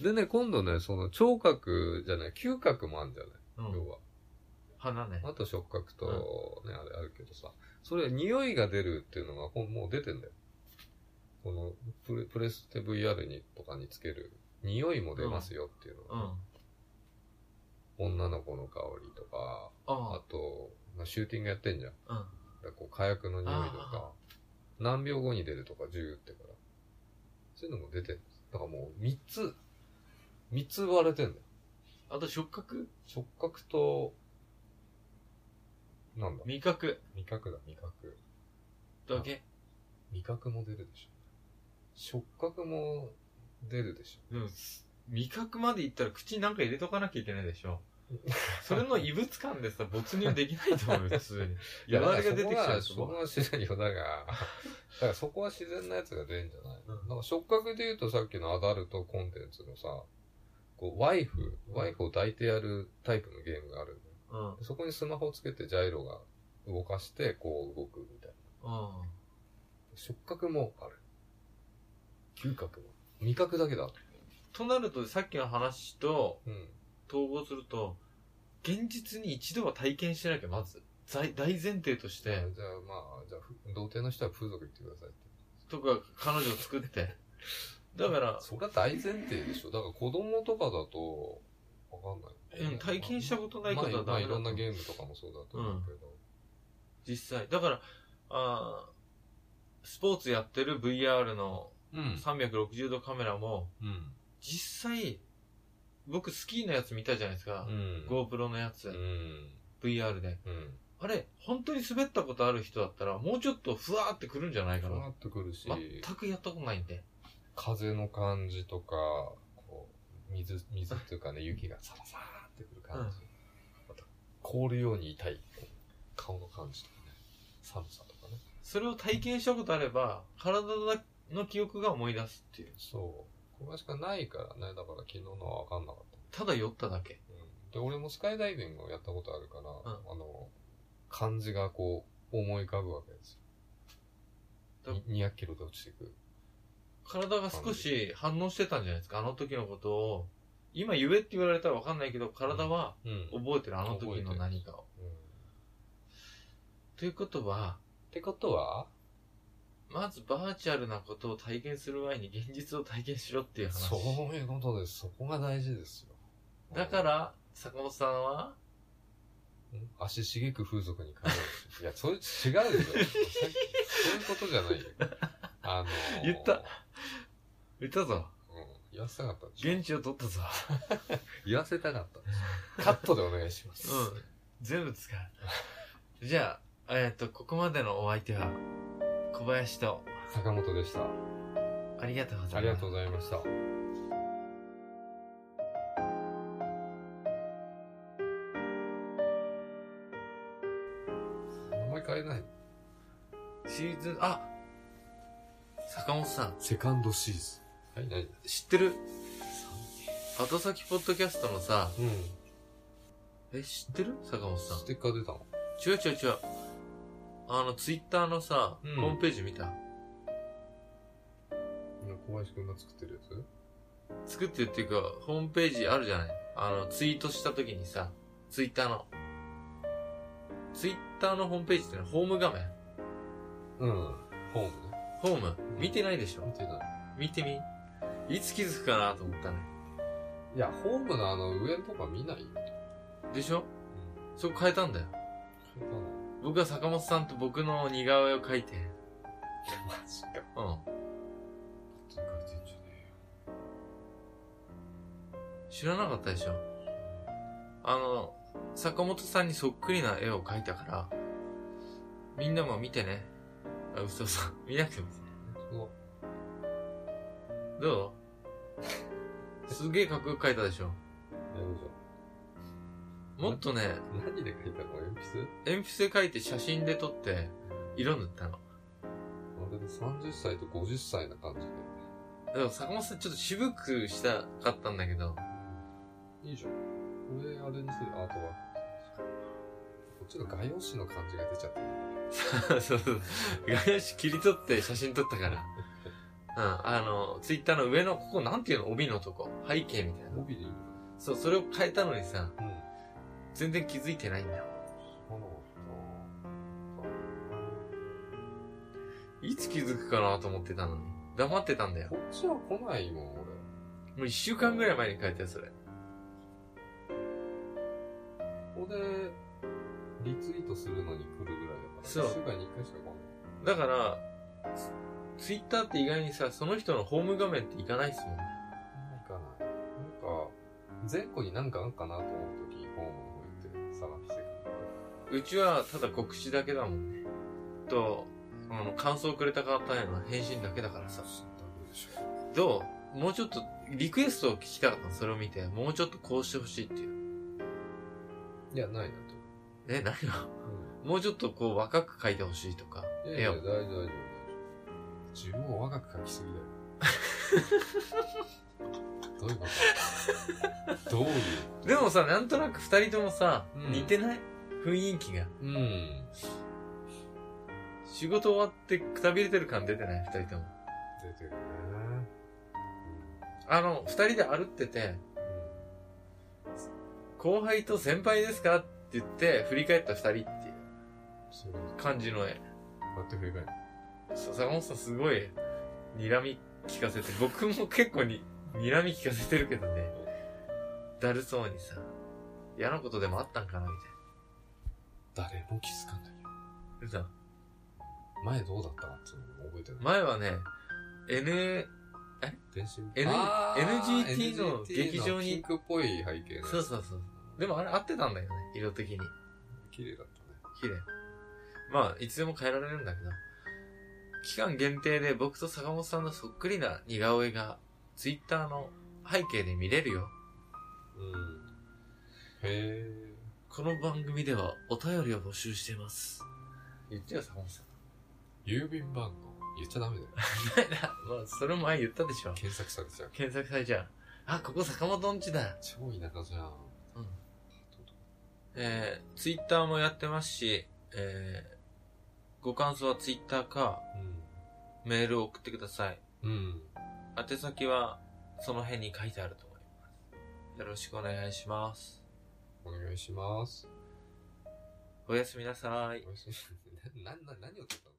Speaker 1: でね、今度ね、その聴覚じゃない、嗅覚もあるんじゃない、
Speaker 2: ん。うん
Speaker 1: 要は。
Speaker 2: 鼻ね。
Speaker 1: あと触覚と、ね、あれあるけどさ。それ、匂いが出るっていうのがほんもう出てんだよ。このプレ、プレステ VR にとかにつける、匂いも出ますよっていうの
Speaker 2: うん。
Speaker 1: が、
Speaker 2: あ
Speaker 1: 女の子の香りとか、
Speaker 2: あ
Speaker 1: あ。と、まあ、シューティングやってんじゃん。だ
Speaker 2: うん。
Speaker 1: からこう火薬の匂いと
Speaker 2: あ
Speaker 1: か、何秒後に出るとか、ジューってから。そういうのも出てんですだからもう、三つ、三つ割れてんだよ。
Speaker 2: あと触覚
Speaker 1: 触覚と、なんだ
Speaker 2: 味覚
Speaker 1: 味覚だ、味覚。
Speaker 2: だけ。
Speaker 1: 味覚も出るでしょ。触覚も出るでし
Speaker 2: でも、味覚まで行ったら口になんか入れとかなきゃいけない でしょ。それの異物感でさ、没入できない と思うよ、普通に。
Speaker 1: ょ。
Speaker 2: よだれが出てきちゃう
Speaker 1: そこ
Speaker 2: と。
Speaker 1: は自然 よだが、だからそこは自然なやつが出るんじゃない、
Speaker 2: うん
Speaker 1: なんか触覚で言うとさっきのアダルトコンテンツのさ、こう、ワイフ、ワイフを抱いてやるタイプのゲームがあるんだよ
Speaker 2: うん。うん。
Speaker 1: そこにスマホをつけてジャイロが動かして、こう動くみたいな。触覚もある。嗅覚も。味覚だけだ。
Speaker 2: となると、さっきの話と
Speaker 1: うん。
Speaker 2: 統合すると、現実に一度は体験しなきゃ、まず。在大前提とし
Speaker 1: じゃあ
Speaker 2: て、、
Speaker 1: じゃあまあ、じゃあ、ふ童貞の人は風俗行ってくださいって。
Speaker 2: とか、彼女を作 って。だから、
Speaker 1: それは大前提でしょ。だから子供とかだと、わかんない。
Speaker 2: うん、体験したことないことは
Speaker 1: まあま
Speaker 2: ダ
Speaker 1: あ
Speaker 2: メ
Speaker 1: いろんな
Speaker 2: だ
Speaker 1: ゲームとかもそうだと思うけど。
Speaker 2: 実際。だから、あースポーツやってる VR の
Speaker 1: うん。
Speaker 2: 360度カメラも、
Speaker 1: うん。
Speaker 2: 実際、僕スキーのやつ見たじゃないですか。
Speaker 1: うん。
Speaker 2: GoPro のや
Speaker 1: う
Speaker 2: つ、
Speaker 1: ん。
Speaker 2: VR で。
Speaker 1: うん。
Speaker 2: あれ、本当に滑ったことある人だったら、もうちょっとふわーってくるんじゃないか
Speaker 1: そうな
Speaker 2: な。
Speaker 1: ってくるし、
Speaker 2: 全くやったことないんで。
Speaker 1: 風の感じとか、こう、水、水っていうかね、雪がサラサラってくる感じ。あと、凍るように痛い、顔の感じとかね。寒さとかね。
Speaker 2: それを体験したことあれば、体の記憶が思い出すっていう。
Speaker 1: そう。これしかないからね、だから昨日のはわかんなかった。
Speaker 2: ただ酔っただけ。
Speaker 1: うんで、俺もスカイダイビングをやったことあるから、
Speaker 2: う
Speaker 1: あの、漢字がこう、思い浮かぶわけですよ。
Speaker 2: だ
Speaker 1: に200キロで落ちていく。
Speaker 2: 体が少し反応してたんじゃないですか。あの時のことを。今言えって言われたらわかんないけど、体は
Speaker 1: うん。うん、っ
Speaker 2: 覚えてる、あの時の何かを。ということは、
Speaker 1: てことは
Speaker 2: まずバーチャルなことを体験する前に現実を体験しろっていう話。
Speaker 1: そういうことです。そこが大事ですよ。
Speaker 2: だから、坂本さんは、
Speaker 1: うん、足しげく風俗に変えるんですよ。いや、それ違うで しょ。そういうことじゃないよ。あのー
Speaker 2: 言った。言ったぞ。
Speaker 1: うん。言わせたかったでしょ
Speaker 2: 現地を取ったぞ。
Speaker 1: 言わせたかったんです。カットでお願いします。
Speaker 2: うん。全部使 う。じゃあ、えっ、と、ここまでのお相手は、小林と、
Speaker 1: 坂本でした。
Speaker 2: ありがとうございます。
Speaker 1: ありがとうございました。名前変えない
Speaker 2: シーズン、あ坂本さん、
Speaker 1: セカンドシーズン。はい、何
Speaker 2: 知ってる後先ポッドキャストのさ、
Speaker 1: うん。
Speaker 2: え、知ってる坂本さん
Speaker 1: ス。テッカー出たの
Speaker 2: 違う違う違う。あの、ツイッターのさ、
Speaker 1: うん
Speaker 2: ホームページ見た
Speaker 1: 今小林くんが作ってるやつ
Speaker 2: 作ってるっていうか、ホームページあるじゃないあの、ツイートした時にさ、ツイッターの。ツイッターのホームページってのはホーム画面
Speaker 1: うん。ホームね。
Speaker 2: ホーム
Speaker 1: ん
Speaker 2: 見てないでし
Speaker 1: 見
Speaker 2: ょ
Speaker 1: てない。
Speaker 2: 見てみいつ気づくかなと思ったね。
Speaker 1: いや、ホームのあの上のとこは見ないよ。
Speaker 2: でしょ
Speaker 1: うん。
Speaker 2: そこ変えたんだよ。
Speaker 1: それか
Speaker 2: 僕は坂本さんと僕の似顔絵を描いて。
Speaker 1: な。マジか。
Speaker 2: うん。
Speaker 1: 書いてんじゃね
Speaker 2: 知らなかったでしょあの、坂本さんにそっくりな絵を描いたから、みんなも見てね。あ、嘘 さん。見なくてもいい
Speaker 1: えよ。
Speaker 2: どう すげえかっこよく描いたでしょ
Speaker 1: そう。やるじ
Speaker 2: もっとね、
Speaker 1: ゃん。何で書いたの鉛筆
Speaker 2: 鉛筆で描いて写真で撮って、色塗ったの。
Speaker 1: まるで30歳と50歳な感じ
Speaker 2: でも坂本さんちょっと渋くしたかったんだけど、
Speaker 1: で。いいじゃん。これ、あれにする、あとは。こっちの画用紙の感じが出ちゃった。
Speaker 2: そうそう。画用紙切り取って写真撮ったから。うん、あの、ツイッターの上の、ここなんていうの帯のとこ。背景みたいな。
Speaker 1: 帯でいいの
Speaker 2: そう、それを変えたのにさ、
Speaker 1: うん。
Speaker 2: 全然気づいてないんだよ。
Speaker 1: そうなんだ
Speaker 2: いつ気づくかなと思ってたのに。黙ってたんだよ。
Speaker 1: こっちは来ないもん、俺。
Speaker 2: もう一週間ぐらい前に書いたよ、それ。
Speaker 1: ここで、リツイートするのに来るぐらいだから。
Speaker 2: そう
Speaker 1: 一週間に一回しか来ない。
Speaker 2: だから、ツツイッターって意外にさ、その人のホーム画面っていかないっすもんね。
Speaker 1: ないかな。なんか、前後になんかあんかなと思うとき、ホームの方行って探してく
Speaker 2: うちはただ告知だけだもんね。と、あの、感想をくれた方への返信だけだからさ。どうもうちょっと、リクエストを聞きたかったの、それを見て。もうちょっとこうしてほしいっていう。
Speaker 1: いや、ないなと。
Speaker 2: え、何が もうちょっとこう若く書いてほしいとか。
Speaker 1: いやいや、
Speaker 2: 絵
Speaker 1: 大
Speaker 2: を
Speaker 1: 丈夫、大丈夫。自分を若く描きすぎ だよ。どういうことどういう
Speaker 2: でもさ、なんとなく二人ともさ、
Speaker 1: うん
Speaker 2: 似てない雰囲気が。
Speaker 1: うん。
Speaker 2: 仕事終わってくたびれてる感出てない二人とも。
Speaker 1: 出てるね。
Speaker 2: あの、二人で歩ってて、後輩と先輩ですかって言って、振り返った二人っていう
Speaker 1: そうこ
Speaker 2: 感じの絵。
Speaker 1: うやって振り返る。
Speaker 2: そう坂本さんすごい、睨み聞かせて、僕も結構に、睨み聞かせてるけどね。だるそうにさ、嫌なことでもあったんかなみ
Speaker 1: 誰も気づかないよ。
Speaker 2: たいな。さ、
Speaker 1: 前どうだったかっていうのも覚えてない。
Speaker 2: 前はね、N、
Speaker 1: 電信
Speaker 2: N-
Speaker 1: あー
Speaker 2: NGT の劇場に
Speaker 1: ピンクっぽい背景ね。
Speaker 2: そうそうそう。でもあれ合ってたんだよね、色的に。
Speaker 1: 綺麗だったね。
Speaker 2: 綺麗。まあ、いつでも変えられるんだけど、期間限定で僕と坂本さんのそっくりな似顔絵が、ツイッターの背景で見れるよ。
Speaker 1: うん。へえ。
Speaker 2: この番組ではお便りを募集しています。言ってよ、坂本さん。
Speaker 1: 郵便番号。言っちゃダメだよ。
Speaker 2: まあ、それも前言ったでしょ。
Speaker 1: 検索されちゃう。
Speaker 2: 検索されちゃう。あ、ここ坂本んちだ。
Speaker 1: 超田舎じゃん。
Speaker 2: うん。えー、ツイッターもやってますし、えー、ご感想はツイッターか、メールを送ってください。
Speaker 1: うん。うん。
Speaker 2: 宛先は、その辺に書いてあると思います。よろしくお願いします。
Speaker 1: お願いします。
Speaker 2: おやすみなさい。
Speaker 1: おいしい。な、な、何を撮ったの